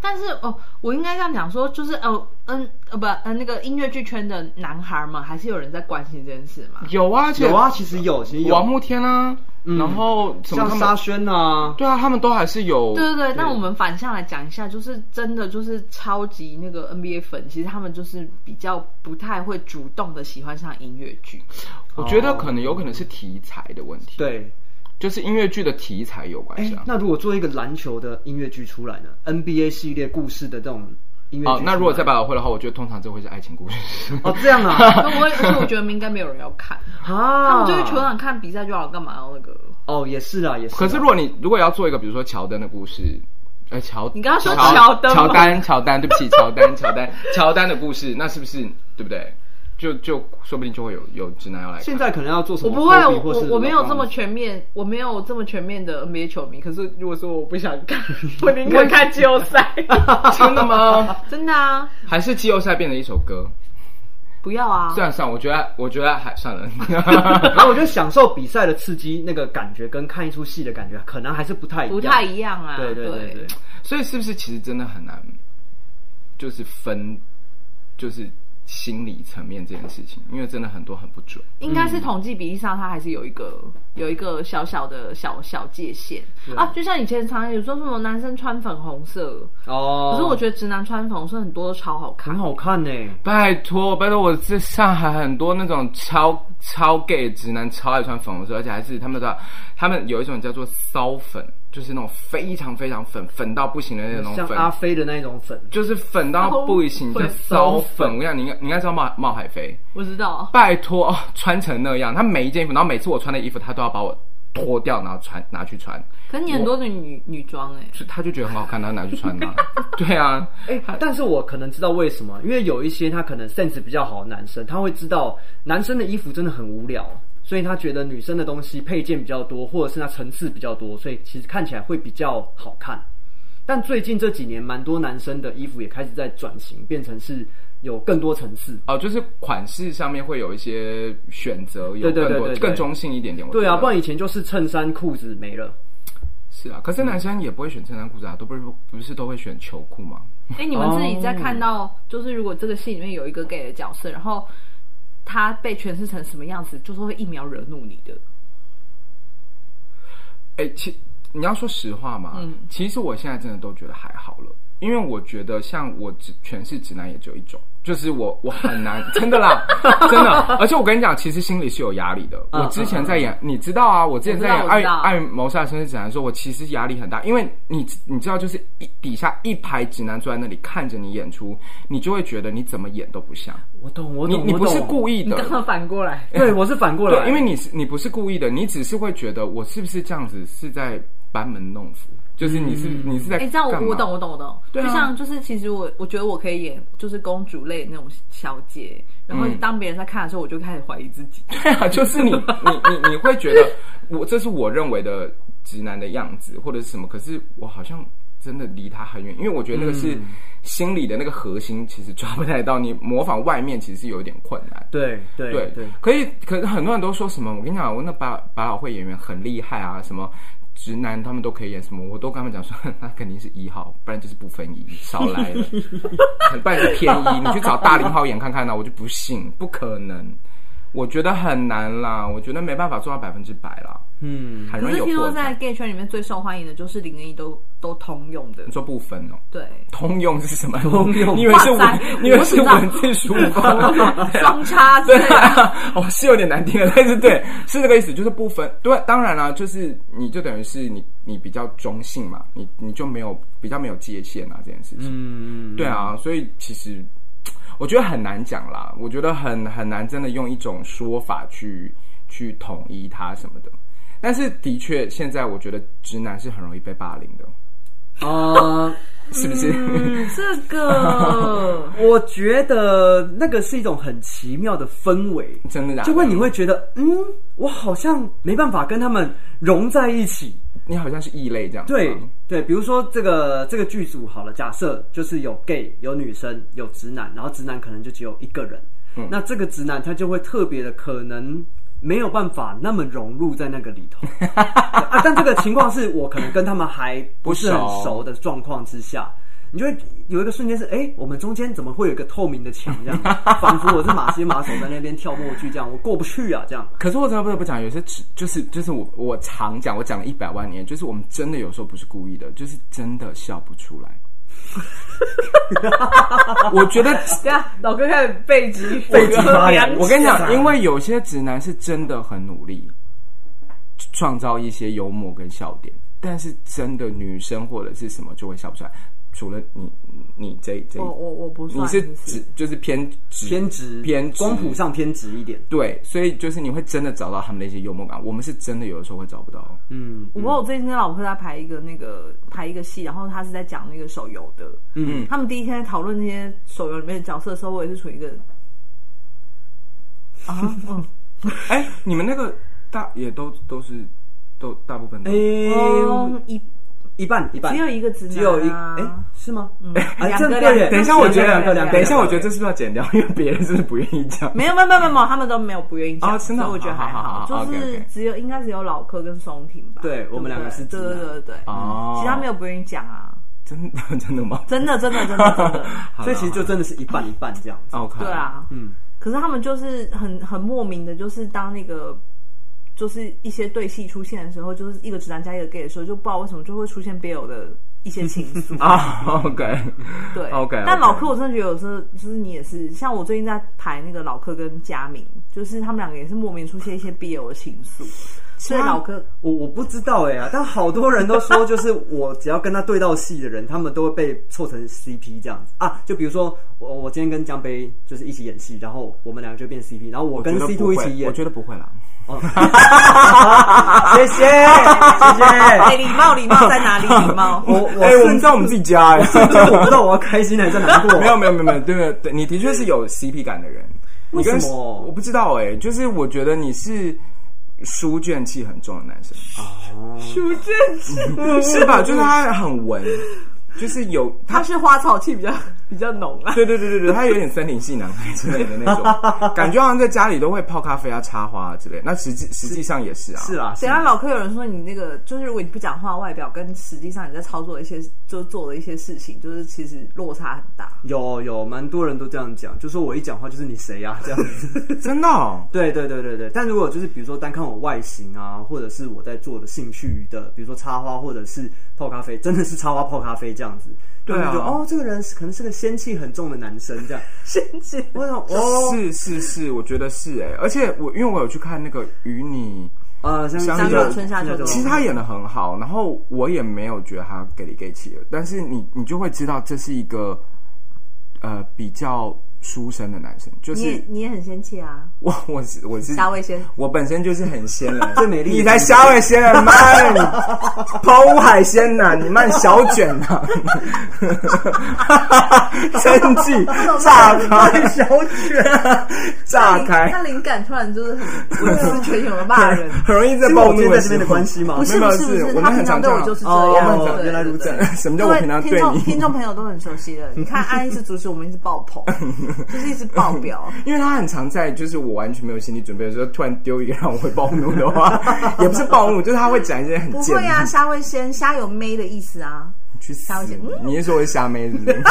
Speaker 2: 但是哦，我应该这样讲说，就是呃嗯呃不呃那个音乐剧圈的男孩们，还是有人在关心这件事嘛？
Speaker 1: 有啊，而且
Speaker 3: 有啊，其实有，其实有。嗯
Speaker 1: 王慕天啊，然后什么
Speaker 3: 像
Speaker 1: 他
Speaker 3: 沙
Speaker 1: 们，
Speaker 3: 宣啊，
Speaker 1: 对啊，他们都还是有，
Speaker 2: 对对对，那我们反向来讲一下，就是真的就是超级那个 NBA 粉，其实他们就是比较不太会主动的喜欢上音乐 剧。
Speaker 1: 我觉得可能有可能是题材的问题，，
Speaker 3: 哦对。
Speaker 1: 就是音乐剧的题材有关
Speaker 3: 哎
Speaker 1: 系啊，。
Speaker 3: 那如果做一个篮球的音乐剧出来呢？NBA 系列故事的这种音乐剧出来
Speaker 1: 哦，那如果再百老汇的话，我觉得通常这会是爱情故事。
Speaker 3: 哦这样
Speaker 2: 那
Speaker 3: 啊
Speaker 2: 我也而且我觉得应该没有人要看。他
Speaker 3: 啊，
Speaker 2: 们就去球场看比赛就好，干嘛要那个？
Speaker 3: 哦也是啊也是啊。
Speaker 1: 可是如果你如果要做一个，比如说乔丹的故事，呃，乔，
Speaker 2: 你刚刚说乔
Speaker 1: 乔
Speaker 2: 丹吗
Speaker 1: 乔丹，乔丹，对不起，乔丹，乔丹，乔丹的故事，那是不是对不对？就就说不定就会有有直男要来看。
Speaker 3: 现在可能要做什
Speaker 2: 我
Speaker 3: 么？
Speaker 2: 不会，
Speaker 3: 科比
Speaker 2: 我
Speaker 3: 或是
Speaker 2: 我我没有这
Speaker 3: 老
Speaker 2: 么
Speaker 3: 公
Speaker 2: 全面，我没有这么全面的 NBA 球迷。可是如果说我不想 看，我宁可看季后赛。
Speaker 1: 真的吗？
Speaker 2: 真的啊，
Speaker 1: 还是季后赛变成一首歌？
Speaker 2: 不要啊！
Speaker 1: 算了算了，我觉得我觉得还算了。
Speaker 3: 然后我觉得享受比赛的刺激，那个感觉跟看一出戏的感觉，可能还是不太一样。
Speaker 2: 不太一样啊。
Speaker 3: 对对对对，
Speaker 1: 所以是不是其实真的很难，就是分，就是心理层面这件事情，因为真的很多很不准。
Speaker 2: 应该是统计比例上，它还是有一个有一个小小的小小界限啊。就像以前常常有说什么男生穿粉红色，
Speaker 3: 哦。
Speaker 2: 可是我
Speaker 3: 得
Speaker 2: 觉得直男穿粉红色很多都超好看
Speaker 3: 很。好看呢、
Speaker 1: 拜托，拜托！我这上海很多那种超超 gay 直男超爱穿粉红色，而且还是他们的，他们有一种叫做骚粉，就是那种非常非常粉，粉到不行的那种
Speaker 3: 像
Speaker 1: 粉，
Speaker 3: 阿飞的那种粉，
Speaker 1: 就是粉到不行
Speaker 2: 骚
Speaker 1: 的
Speaker 2: 粉
Speaker 1: 骚粉。我跟你讲，你应该你应该知道冒冒海飞，
Speaker 2: 我知道，
Speaker 1: 拜托哦，穿成那样，他每一件衣服，然后每次我穿的衣服，他都要把我脱掉，然后穿拿去穿，
Speaker 2: 可是你很多的女女装哎、
Speaker 1: 就他就觉得很好看，他拿去穿 嘛。对啊，
Speaker 3: 哎、但是我可能知道为什么，因为有一些他可能 sense 比较好的男生，他会知道男生的衣服真的很无聊，所以他觉得女生的东西配件比较多，或者是他层次比较多，所以其实看起来会比较好看。但最近这几年，蛮多男生的衣服也开始在转型，变成是有更多层次。
Speaker 1: 哦，就是款式上面会有一些选择，有
Speaker 3: 对对
Speaker 1: 更
Speaker 3: 对
Speaker 1: 多
Speaker 3: 对对
Speaker 1: 更中性一点点。我
Speaker 3: 对啊，
Speaker 1: 觉得
Speaker 3: 不然以前就是衬衫、裤子没了。
Speaker 1: 是啊，可是男生也不会选衬衫裤子啊，都不是不是都会选球裤吗？
Speaker 2: 哎、你们自己
Speaker 1: 哦
Speaker 2: 在看到，就是如果这个戏里面有一个 gay 的角色，然后他被诠释成什么样子，就是会一秒惹怒你的。
Speaker 1: 哎、其你要说实话嘛，
Speaker 2: 嗯
Speaker 1: 其实我现在真的都觉得还好了，因为我觉得像我只全是直男也只有一种，就是我我很难， 真的啦，真的。而且我跟你讲，其实心里是有压力的。
Speaker 3: 嗯
Speaker 1: 我之前在演，你知道啊，我之前在演《
Speaker 2: 我知道我
Speaker 1: 爱
Speaker 2: 知道
Speaker 1: 爱谋杀生死指南》的时候，我其实压力很大，因为你你知道，就是一底下一排直男坐在那里看着你演出，你就会觉得你怎么演都不像，
Speaker 3: 我懂，我
Speaker 1: 你
Speaker 3: 懂，
Speaker 1: 你不是
Speaker 3: 意，
Speaker 1: 故意
Speaker 2: 你
Speaker 1: 的。
Speaker 2: 刚刚反过
Speaker 1: 哎
Speaker 2: 来，
Speaker 3: 对我是反过来，
Speaker 1: 对，因为你是你不是故意的，你只是会觉得我是不是这样子是在班门弄斧，就是你是、
Speaker 3: 嗯
Speaker 1: 你是在
Speaker 2: 哎、这样我
Speaker 1: 干嘛
Speaker 2: 我懂我懂我懂，
Speaker 1: 对啊
Speaker 2: 就像就是其实我我觉得我可以演就是公主类那种小姐，然后
Speaker 1: 嗯
Speaker 2: 当别人在看的时候，我就开始怀疑自己。
Speaker 1: 对 啊，就 是你你你你会觉得我这是我认为的直男的样子或者是什么，可是我好像真的离他很远，因为我觉得那个是
Speaker 3: 嗯
Speaker 1: 心里的那个核心，其实抓不太到，你模仿外面其实是有点困难。
Speaker 3: 对对
Speaker 1: 对
Speaker 3: 对，
Speaker 1: 可以，可是很多人都说什么？我跟你讲，我那百百老汇演员很厉害啊，什么直男他们都可以演什么，我都跟他们讲说， 那肯定是一号，不然就是不分一，少来了，不然是偏一，你去找大零号演看看呢、我就不信，不可能，我觉得很难啦，我觉得没办法做到百分之百啦，
Speaker 3: 嗯，
Speaker 1: 很
Speaker 2: 可
Speaker 1: 容易
Speaker 2: 是
Speaker 1: 有
Speaker 2: 听
Speaker 1: 破
Speaker 2: 说
Speaker 1: 绽
Speaker 2: 在。gay 圈里面最受欢迎的就是零跟一都都通用的
Speaker 1: 你，说不分哦，
Speaker 2: 对，
Speaker 1: 通用是什么？通
Speaker 3: 用
Speaker 1: 你以为是
Speaker 2: 哇塞
Speaker 1: 文，你以为是
Speaker 2: 我不知道
Speaker 1: 文字书法？ 对啦
Speaker 2: 双叉之
Speaker 1: 对
Speaker 2: 类的。
Speaker 1: 啊，哦，是有点难听了，但是对，是这个意思，就是不分。对，啊当然啦、就是你就等于是你你比较中性嘛，你你就没有比较没有界限啊，这件事情。
Speaker 3: 嗯，
Speaker 1: 对啊，所以其实我觉得很难讲啦，我觉得很很难真的用一种说法去去统一它什么的。但是的确，现在我觉得直男是很容易被霸凌的，
Speaker 3: 啊，
Speaker 1: 是不是？
Speaker 2: 嗯，这 个
Speaker 3: 我觉得那个是一种很奇妙的氛围，
Speaker 1: 真的假的？啊
Speaker 3: 就会你会觉得，嗯，我好像没办法跟他们融在一起。
Speaker 1: 你好像是异类这样子啊吗。
Speaker 3: 对对，比如说这个这个剧组好了，假设就是有 gay 有女生有直男，然后直男可能就只有一个人，那这个直男他就会特别的可能。没有办法那么融入在那个里头对啊，但这个情况是我可能跟他们还不是
Speaker 1: 不
Speaker 3: 很
Speaker 1: 熟
Speaker 3: 熟的状况之下，你就会有一个瞬间是，哎，我们中间怎么会有一个透明的墙这样，仿佛我是马西马手在那边跳默剧这样，我过不去啊这样。
Speaker 1: 可是我真的不得不讲，有些只就是就是我我常讲，我讲了一百万年，就是我们真的有时候不是故意的，就是真的笑不出来。 我觉得
Speaker 2: 对啊，老哥开始背脊
Speaker 3: 背脊发
Speaker 2: 凉
Speaker 3: 凉。
Speaker 1: 我跟你讲，因为有些直男是真的很努力，创造一些幽默跟笑点，但是真的女生或者是什么就会笑不出来。除了你，你这这
Speaker 2: 哦我，我我不算，
Speaker 1: 你是
Speaker 2: 其实
Speaker 1: 直就是偏直
Speaker 3: 偏执，
Speaker 1: 偏直
Speaker 3: 光谱上偏执一点。
Speaker 1: 对，所以就是你会真的找到他们的一些幽默感，我们是真的有的时候会找不到。哦
Speaker 3: 嗯，
Speaker 2: 我我最近跟老婆在排一个那个排一个戏，然后他是在讲那个手游的。
Speaker 3: 嗯，
Speaker 2: 他们第一天在讨论那些手游里面的角色的时候，我也是处 于一个啊，嗯，
Speaker 1: 哎，你们那个大也都都是都大部分都、
Speaker 3: 诶、
Speaker 2: 哦一
Speaker 3: 一半一半，
Speaker 2: 只有一个直男啊
Speaker 3: 只有一诶、
Speaker 1: 哎
Speaker 3: 是吗？嗯，啊，
Speaker 2: 两
Speaker 3: 这
Speaker 2: 个
Speaker 3: 对
Speaker 2: 两
Speaker 3: 耶
Speaker 2: 个
Speaker 1: 等一下，我觉
Speaker 3: 两个
Speaker 1: 得，
Speaker 3: 两个，
Speaker 1: 等一下，我觉得
Speaker 3: 这
Speaker 1: 这是不是要剪掉？ 因为别人真的不愿意讲。
Speaker 2: 没有没有没有没有，他们都没有不愿意讲，
Speaker 1: 哦真的
Speaker 2: 所以我觉得还
Speaker 1: 好好好好
Speaker 2: 就
Speaker 1: OK，OK
Speaker 2: 是只有应该只有老柯跟松婷吧，
Speaker 3: 对我们两个是直
Speaker 2: 对对
Speaker 3: 男
Speaker 2: 对对对，
Speaker 1: 哦
Speaker 2: 其他没有不愿意讲啊，
Speaker 1: 真的 真的吗？
Speaker 2: 真的真的真的真的，
Speaker 1: 好啦
Speaker 3: 所以其实就真的是一半一半这样子。
Speaker 1: 好啦 OK，。
Speaker 2: 对，啊，
Speaker 3: 嗯，
Speaker 2: 可是他们就是很很莫名的，就是当那个就是一些对戏出现的时候，就是一个直男加一个 gay 的时候，就不知道为什么就会出现 BL 的一些情愫
Speaker 1: 啊，OK，
Speaker 2: 对
Speaker 1: OK，
Speaker 2: 但老柯我真的觉得有时候就是你也是，像我最近在排那个老柯跟佳明，就是他们两个也是莫名出现一些 BL 的情愫，所以老柯
Speaker 3: 我我不知道哎、啊， 但好多人都说，就是我只要跟他对到戏的人，他们都会被凑成 CP 这样子啊。就比如说我我今天跟江杯就是一起演戏，然后我们两个就变 CP，然后我
Speaker 1: 我觉
Speaker 3: 跟
Speaker 1: 得
Speaker 3: C
Speaker 1: 不
Speaker 3: two
Speaker 1: 会
Speaker 3: 一起演
Speaker 1: 我，觉得不会啦。
Speaker 3: 哦，谢谢谢
Speaker 2: 哎，
Speaker 3: 谢。。
Speaker 2: 礼貌礼貌在哪里？礼貌
Speaker 3: 我我
Speaker 1: 哎，我们
Speaker 3: 甚至
Speaker 1: 在我们自己家哎，
Speaker 3: 就我不知道我要开心还是难过。
Speaker 1: 没有没有没有没有，对没有对，你的确是有 CP 感的人。你跟
Speaker 3: 为什么
Speaker 1: 我不知道哎，就是我觉得你是书卷气很重的男生。
Speaker 2: 主正
Speaker 1: 是吧？就是他很文，就是有
Speaker 2: 他
Speaker 1: 他，
Speaker 2: 是花草气比较比较浓啊。
Speaker 1: 对对对对对，他有点森林系男孩之类的那种感觉，好像在家里都会泡咖啡啊、插花啊之类。那实际实际上也是啊，
Speaker 3: 是啦，是
Speaker 2: 等一
Speaker 3: 啦
Speaker 2: 下老柯有人说你那个，就是如果你不讲话，外表跟实际上你在操作的一些，就做的一些事情，就是其实落差很大。
Speaker 3: 有有蛮多人都这样讲，就说我一讲话就是你谁呀、啊、这样子。
Speaker 1: 真的哦。
Speaker 3: 对对对对对，但如果就是比如说单看我外形啊，或者是我在做的兴趣的，比如说插花或者是泡咖啡，真的是插花泡咖啡这样子，对
Speaker 4: 对啊
Speaker 3: 就哦，这个人是可能是个仙气很重的男生这样。
Speaker 2: 仙气，
Speaker 3: 我想哦，
Speaker 1: 是是是，我觉得是哎、而且我因为我有去看那个与你，
Speaker 3: 啊，像哦
Speaker 1: 香
Speaker 3: 像
Speaker 1: 港
Speaker 3: 这
Speaker 1: 春
Speaker 2: 夏秋冬
Speaker 1: 其实他演的很好，然后我也没有觉得他给里给气了，但是你你就会知道这是一个呃比较书生的男生，就
Speaker 2: 你
Speaker 1: 是嗯
Speaker 2: 也你也很仙气啊，
Speaker 1: 我我是我是
Speaker 2: 虾味仙，
Speaker 1: 我本身就是很仙人，
Speaker 3: 最美丽的
Speaker 1: 啊你才虾味 仙人慢，抛物海鲜呐、你慢小卷呐、 生气炸开小卷，炸开
Speaker 2: 他，灵感突然就是 很文思泉涌的骂人。
Speaker 1: 很容易在
Speaker 3: 是
Speaker 1: 暴
Speaker 3: 我
Speaker 1: 怒
Speaker 3: 今天在
Speaker 1: 的
Speaker 3: 这
Speaker 1: 时
Speaker 3: 边的
Speaker 1: 候
Speaker 3: 关系吗？
Speaker 2: 不是
Speaker 1: 没有
Speaker 2: 不是不
Speaker 1: 是
Speaker 2: 是，
Speaker 1: 我们
Speaker 2: 他
Speaker 1: 很
Speaker 2: 平常
Speaker 1: 常这
Speaker 2: 对我
Speaker 1: 样
Speaker 2: 就是这
Speaker 3: 哦
Speaker 2: 样。
Speaker 3: 我们
Speaker 2: 对
Speaker 3: 原来
Speaker 2: 对
Speaker 3: 如
Speaker 2: 对
Speaker 3: 此
Speaker 1: 什么叫
Speaker 2: 各
Speaker 1: 我
Speaker 2: 位
Speaker 1: 平常
Speaker 2: 听
Speaker 1: 对
Speaker 2: 众
Speaker 1: 你？
Speaker 2: 听众朋友都很熟悉了。你看安一次主持，我们一直爆棚，就是一直爆 表。
Speaker 1: 因为他很 常在，就是我完全没有心理准备的时候，突然丢一个让我会暴怒的 话，也不是暴怒，就是他会讲一些很
Speaker 2: 不
Speaker 1: 贱
Speaker 2: 会
Speaker 1: 的
Speaker 2: 啊，虾味鲜，虾有妹的意思啊。
Speaker 1: 去死
Speaker 2: 他会！讲
Speaker 1: 你是说我是虾妹是不是？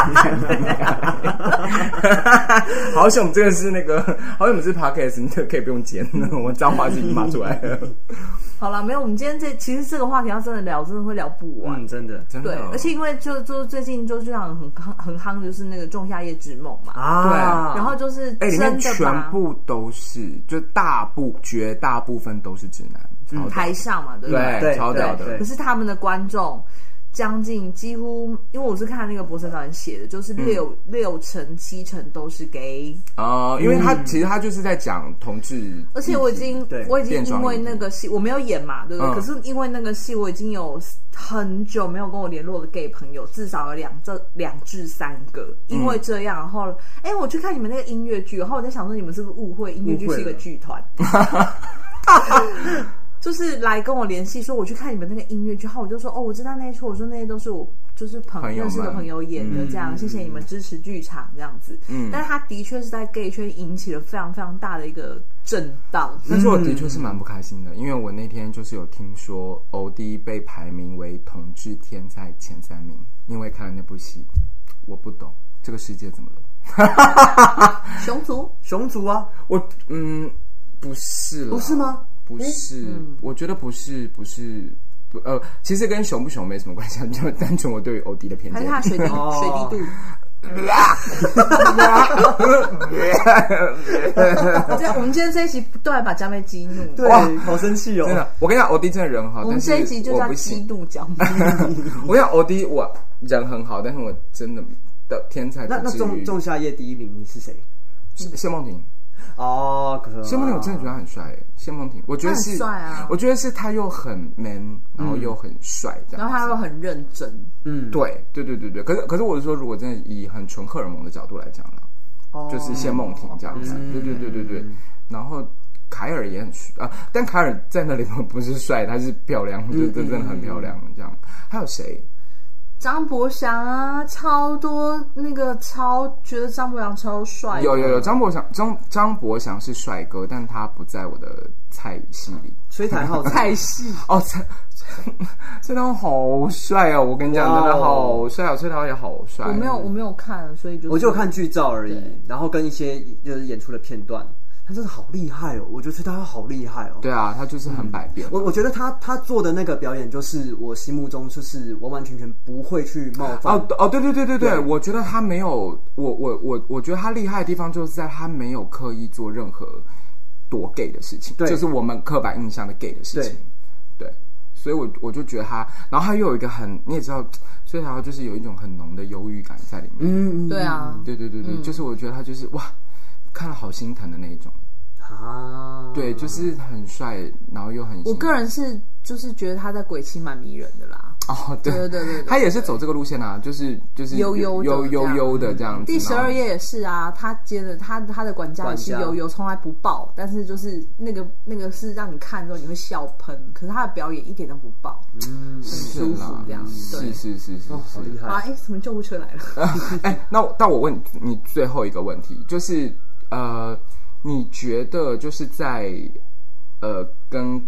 Speaker 1: 好险我们这个是那个，好险我们是 podcast，你这个可以不用剪，我脏话是已经骂出来了。
Speaker 2: 好了，没有，我们今天这其实这个话题要真的聊，真的会聊不完。
Speaker 3: 嗯，真的
Speaker 1: 真
Speaker 2: 对
Speaker 1: 的，，哦
Speaker 2: 而且因为就就最近就这样很夯很夯，就是那个《仲夏夜之梦》嘛，
Speaker 3: 啊，
Speaker 2: 然后就是
Speaker 1: 哎、里
Speaker 2: 真
Speaker 1: 面
Speaker 2: 的
Speaker 1: 全
Speaker 2: 吧，
Speaker 1: 部都是，就大部绝大部分都是直男，超屌
Speaker 2: 嗯台上嘛，对不
Speaker 1: 对
Speaker 3: 对
Speaker 1: 超屌
Speaker 3: 对
Speaker 1: 的
Speaker 2: 可，是他们的观众将近几乎，因为我是看那个博士导演写的，就是
Speaker 1: 嗯
Speaker 2: 六、六成七成都是 gay，
Speaker 1: 啊、因为他、其实他就是在讲同志，
Speaker 2: 而且我已
Speaker 1: 嗯
Speaker 2: 经
Speaker 3: 对
Speaker 2: 我已经
Speaker 1: 变装
Speaker 2: 因为
Speaker 1: 一族
Speaker 2: 那个戏我没有演嘛，对不对？
Speaker 1: 嗯
Speaker 2: 可是因为那个戏，我已经有很久没有跟我联络的 gay 朋友，至少有两这两至三个。
Speaker 1: 嗯
Speaker 2: 因为这样，然后哎，我去看你们那个音乐剧，然后我在想说你们是不是误会音乐剧
Speaker 3: 误会
Speaker 2: 是一个
Speaker 3: 了
Speaker 2: 剧 团。就是来跟我联系，说我去看你们那个音乐剧，然后我就说哦，我知道那一出，我说那些都是我就是朋
Speaker 1: 朋友
Speaker 2: 认识的
Speaker 1: 们
Speaker 2: 朋友演的，这样、谢谢你们支持剧场这样子。嗯，但他的确是在 gay 圈引起了非常非常大的一个震荡。
Speaker 1: 但是我的确是蛮不开心的，因为我那天就是有听说欧弟被排名为同志天才前三名，因为看了那部戏，我不懂这个世界怎么了。
Speaker 2: 熊族
Speaker 3: 熊族啊，
Speaker 1: 我嗯，不是啦，
Speaker 3: 不是吗？
Speaker 1: 不是，
Speaker 2: 嗯
Speaker 1: 我觉得不是，不是，不呃，其实跟熊不熊没什么关系，啊 就单纯我对于欧弟的偏
Speaker 2: 还
Speaker 1: 见
Speaker 2: 是。他水滴、
Speaker 3: 哦
Speaker 2: 水滴度？我觉得我们今天这一集不断地把江妹激怒，
Speaker 3: 对，
Speaker 1: 哇
Speaker 3: 好生气哦，
Speaker 1: 真的，我跟你讲，欧弟真的人好，
Speaker 2: 我们
Speaker 1: 但是
Speaker 2: 这一集就
Speaker 1: 我
Speaker 2: 叫
Speaker 1: 不
Speaker 2: 激
Speaker 1: 行。
Speaker 2: 怒江妹。
Speaker 1: 我跟你讲，欧弟我人很好，但是我真的的天才
Speaker 3: 那
Speaker 1: 不
Speaker 3: 那
Speaker 1: 至
Speaker 3: 仲
Speaker 1: 于。
Speaker 3: 仲夏夜第一名你是谁？
Speaker 1: 谢谢梦婷。
Speaker 3: 哦，可
Speaker 1: 谢梦婷，我真的觉得他很帅耶。谢梦婷，我觉得是，
Speaker 2: 他很帅啊嗯
Speaker 1: 我觉得是他又很 man，然后又很帅，这样。
Speaker 2: 然后他又，很认真
Speaker 3: 嗯，
Speaker 1: 对对对对对。可是可是，我是说，如果真的以很纯荷尔蒙的角度来讲啦，
Speaker 2: 哦，嗯
Speaker 1: 就是谢梦婷这样子，对对对对对。然后凯尔也很帅啊，但凯尔在那里不是帅，她是漂亮，
Speaker 2: 嗯
Speaker 1: 就真真的很漂亮这样。还有谁？
Speaker 2: 张博翔啊，超多那个超觉得张博翔超帅的，
Speaker 1: 有有有，张博翔，张张博翔是帅哥，但他不在我的菜系里。
Speaker 3: 崔台浩
Speaker 2: 太戏。
Speaker 1: 哦，陈陈陈涛好帅哦！我跟你讲，
Speaker 3: 哇哦
Speaker 1: 真的好帅哦，陈涛也好帅。
Speaker 2: 我没有，我没有看，所以就是、
Speaker 3: 我就有看剧照而已，然后跟一些就是演出的片段，他真的好厉害哦！我觉得崔大他好厉害哦。
Speaker 1: 对啊，他就是很百变。
Speaker 3: 我我觉得他他做的那个表演，就是我心目中就是完完全全不会去冒犯。
Speaker 1: 哦哦，对对对对对，我觉得他没有，我我我我觉得他厉害的地方就是在他没有刻意做任何多 gay 的事情，
Speaker 3: 对
Speaker 1: 就是我们刻板印象的 gay 的事情。对，所以我我就觉得他，然后他又有一个很，你也知道，所以他就是有一种很浓的忧郁感在里面。
Speaker 3: 嗯，嗯
Speaker 2: 对啊，
Speaker 1: 对对对对，就是我觉得他就是哇，看了好心疼的那一种。
Speaker 3: 啊，
Speaker 1: 对，就是很帅，然后又很……
Speaker 2: 我个人是就是觉得他在鬼泣蛮迷人的啦。
Speaker 3: 嗯
Speaker 1: 哦，对
Speaker 2: 对对对对
Speaker 1: 他也是走这个路线啊，就是就是
Speaker 2: 悠悠
Speaker 1: 悠
Speaker 2: 的
Speaker 1: 悠
Speaker 2: 这样
Speaker 1: 悠的这样子。
Speaker 2: 第十
Speaker 1: 然后
Speaker 2: 二，页也是啊，他接的他他的管家也是
Speaker 3: 管家
Speaker 2: 有有从来不爆，但是就是那个那个是让你看之后你会笑喷，可是他的表演一点都不爆。
Speaker 3: 嗯，
Speaker 1: 是
Speaker 2: 舒服
Speaker 1: 啦
Speaker 2: 这样
Speaker 1: 是
Speaker 2: 对
Speaker 1: 是是是，
Speaker 3: 哦，好厉
Speaker 1: 是。
Speaker 2: 好啊
Speaker 3: 害，，
Speaker 2: 哎，怎么救护车来了？
Speaker 1: 哎，那我但我问你最后一个问题，就是呃，你觉得就是在呃跟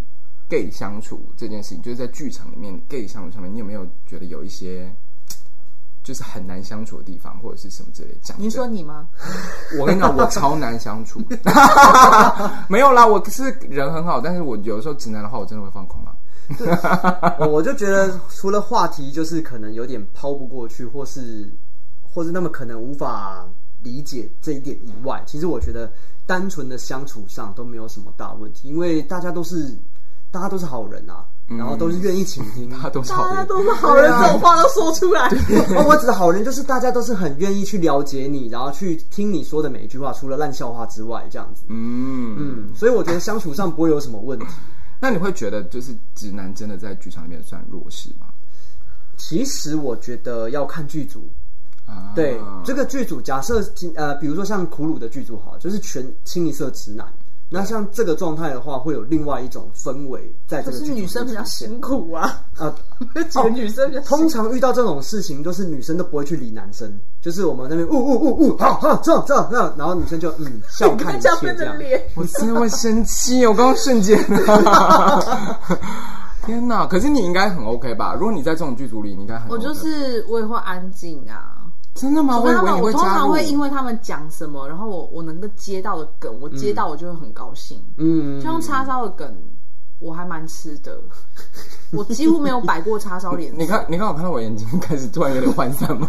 Speaker 1: gay 相处这件事情，就是在剧场里面 gay 相处上面，你有没有觉得有一些？就是很难相处的地方，或者是什么之类的，讲
Speaker 2: 您
Speaker 1: 真
Speaker 2: 说你吗？
Speaker 1: 我跟你讲，我超难相 处。没有啦，我是人很好，但是我有时候直男的话，我真的会放空啊。
Speaker 3: 我我就觉得除了话题，就是可能有点抛不过去，或是或是那么可能无法理解这一点以外，其实我觉得单纯的相处上都没有什么大问题，因为大家都是大家都是好人啊，然后都是愿意倾听，
Speaker 1: 嗯 大家都是好
Speaker 2: 大家
Speaker 1: 人，
Speaker 2: 都是好人，
Speaker 3: 对啊
Speaker 2: 这种话都说出来。
Speaker 3: 哦，我指的好人就是大家都是很愿意去了解你，然后去听你说的每一句话，除了烂笑话之外，这样子。
Speaker 1: 嗯嗯。
Speaker 3: 嗯，所以我觉得相处上不会有什么问题。
Speaker 1: 那你会觉得就是直男真的在剧场里面算弱势吗？
Speaker 3: 其实我觉得要看剧组，
Speaker 1: 啊，
Speaker 3: 对、这个剧组，假设今呃，比如说像苦鲁的剧组好了，就是全清一色直男。那像这个状态的话，会有另外一种氛围在
Speaker 2: 可
Speaker 3: 这个剧
Speaker 2: 是
Speaker 3: 组
Speaker 2: 女生比较
Speaker 3: 出现
Speaker 2: 辛苦啊，
Speaker 3: 啊、
Speaker 2: 觉得女生比较辛
Speaker 3: 通
Speaker 2: 苦。
Speaker 3: 常遇到这种事情，都是女生都不会去理男生，就是我们那边呜呜呜呜，好好这样这样这样，然后女生就嗯 笑看一切
Speaker 2: 这样变
Speaker 3: 这
Speaker 2: 成
Speaker 3: 样。
Speaker 2: 脸，
Speaker 1: 我真的会生气，我刚刚瞬间， 天哪！可是你应该很 OK 吧？如果你在这种剧组里，你应该很、OK
Speaker 2: 我就是我也会安静啊。
Speaker 1: 真的吗？
Speaker 2: 我
Speaker 1: 哦我
Speaker 2: 跟他们，我
Speaker 1: 以为你
Speaker 2: 通
Speaker 1: 加
Speaker 2: 常
Speaker 1: 入。
Speaker 2: 会因为他们讲什么，然后我我能够接到的梗，我接到我就会很高兴。
Speaker 3: 嗯，
Speaker 2: 像叉烧的梗，我还蛮吃的，我几乎没有摆过叉烧脸。
Speaker 1: 你看，你看，我看到我眼睛开始突然有点涣散吗？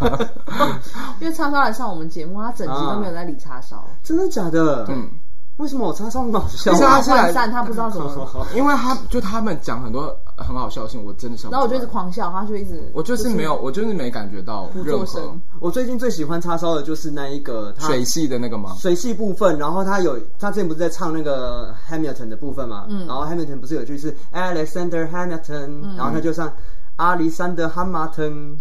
Speaker 2: 因为叉烧来上我们节目，他整集都没有在理叉烧，
Speaker 3: 真的假的？
Speaker 1: 嗯，
Speaker 3: 为什么我插 上搞笑
Speaker 1: 不是
Speaker 2: 他
Speaker 1: 啊
Speaker 2: 很
Speaker 1: 是来
Speaker 2: 涣散，他不知道怎么。
Speaker 1: 因为他就他们讲很多很好笑的事情，我真的想不出来。
Speaker 2: 然后我就一直狂笑，他就一直
Speaker 1: 我就是没有，我就是没感觉到任
Speaker 2: 作
Speaker 1: 何
Speaker 2: 声
Speaker 3: 我最近最喜欢叉烧的就是那一个他
Speaker 1: 水系的那个 吗？
Speaker 3: 水系部分，然后他有他之前不是在唱那个 Hamilton 的部分嘛，嗯，然后 Hamilton 不是有一句是 Alexander Hamilton，、然后他就唱阿里山的汉马腾，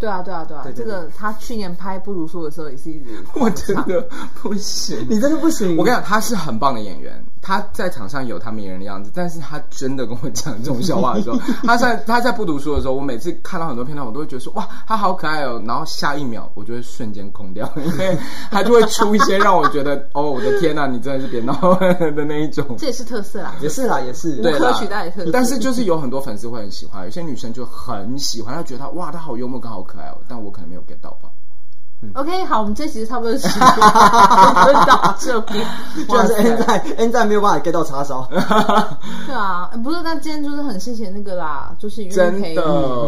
Speaker 2: 对啊对啊对啊，
Speaker 3: 对对
Speaker 2: 这个他去年拍《不如说》的时候也是一直
Speaker 1: 我真的不行。
Speaker 3: 你真的不行，
Speaker 1: 我跟你讲，他是很棒的演员，他在场上有他迷人的样子，但是他真的跟我讲这种笑话的时候， 他在他在不读书的时候，我每次看到很多片段，我都会觉得说哇，他好可爱哦，然后下一秒我就会瞬间空掉，因为他就会出一些让我觉得哦，我的天呐、你真的是别闹了的那一种。
Speaker 2: 这也是特色啦。啊
Speaker 3: 也是啦，也是，
Speaker 1: 对
Speaker 2: 无
Speaker 1: 啦
Speaker 2: 可取代的特质
Speaker 1: 但是就是有很多粉丝会很喜欢，有些女生就很喜欢，她觉得她哇，她好幽默跟好可爱哦，但我可能没有 get 到吧。
Speaker 2: OK，好，我们这集差不多时间就到这边，
Speaker 3: 居
Speaker 2: 哇
Speaker 3: 然是
Speaker 2: 塞
Speaker 3: N 在 N 在没有办法 get 到叉烧，
Speaker 2: 对啊，呃不是，但今天就是很谢谢那个啦，就是愿意
Speaker 1: 真
Speaker 2: 陪
Speaker 1: 的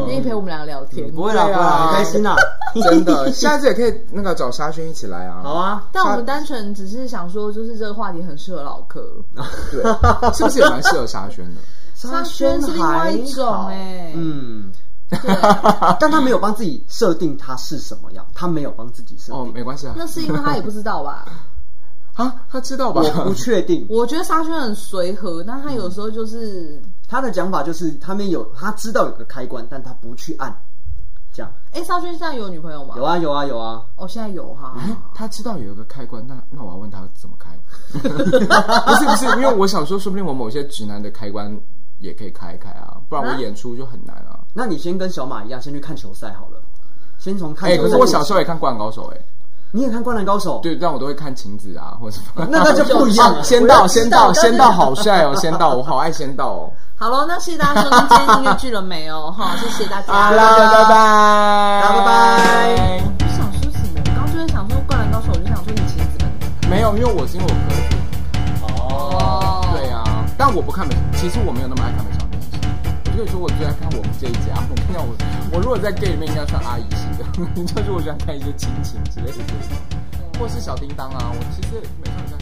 Speaker 2: 愿意陪我们俩聊天。
Speaker 3: 嗯不会啦，不
Speaker 1: 对
Speaker 3: 会
Speaker 1: 啊
Speaker 3: 啦，很开心啦，
Speaker 1: 真 的，下次也可以那个找沙宣一起来啊。
Speaker 3: 好啊，
Speaker 2: 但我们单纯只是想说，就是这个话题很适合老柯，
Speaker 1: 对，是不是也蛮适合沙宣的？
Speaker 2: 沙宣是另外一种哎、
Speaker 3: 嗯，
Speaker 2: 对，
Speaker 3: 但他没有帮自己设定他是什么样，他没有帮自己设
Speaker 1: 哦，
Speaker 3: 定，
Speaker 1: 没关系啊。
Speaker 2: 那是因为他也不知道吧？
Speaker 1: 啊，他知道吧？
Speaker 3: 我不确定，
Speaker 2: 我觉得沙宣很随和，但他有时候就是，
Speaker 3: 他的讲法就是他们有他知道有个开关，但他不去按，这样
Speaker 2: 哎、沙宣现在有女朋友吗？
Speaker 3: 有啊有啊有啊，
Speaker 2: 哦，现在有哈、
Speaker 1: 他知道有一个开关，那那我要问他怎么开。 不是不是，因为我想说，说不定我某些直男的开关也可以开一开啊，不然我演出就很难啊。
Speaker 3: 那你先跟小马一样，先去看球赛好了，先从看
Speaker 1: 哎、
Speaker 3: 球
Speaker 1: 可
Speaker 3: 赛。
Speaker 1: 是我小时候也看《灌篮高手》哎，
Speaker 3: 你也看《灌篮高手》，
Speaker 1: 对，但我都会看晴子啊，或者什么。
Speaker 3: 那那就不一样了。
Speaker 1: 先到，先到，先到，好帅哦！先到，我好爱先到哦。
Speaker 2: 好了，那谢谢大家收听今天音乐剧了没有？哈，谢谢大家。
Speaker 1: 好啦，拜拜，
Speaker 3: 拜拜。
Speaker 2: 我想说什么？我刚刚就在想说《灌篮高手》，我就想说你其实怎么
Speaker 1: 没有，因为我是因为我哥哥。
Speaker 2: 哦
Speaker 1: 对啊，但我不看美，其实我没有那么爱看美少女战士。我就说，我最爱看我们这一家。我看到我，我如果在 gay 里面应该算阿姨型 的，就是我喜欢看一些亲情之类的，或是小叮当啊。我其实美少女战士。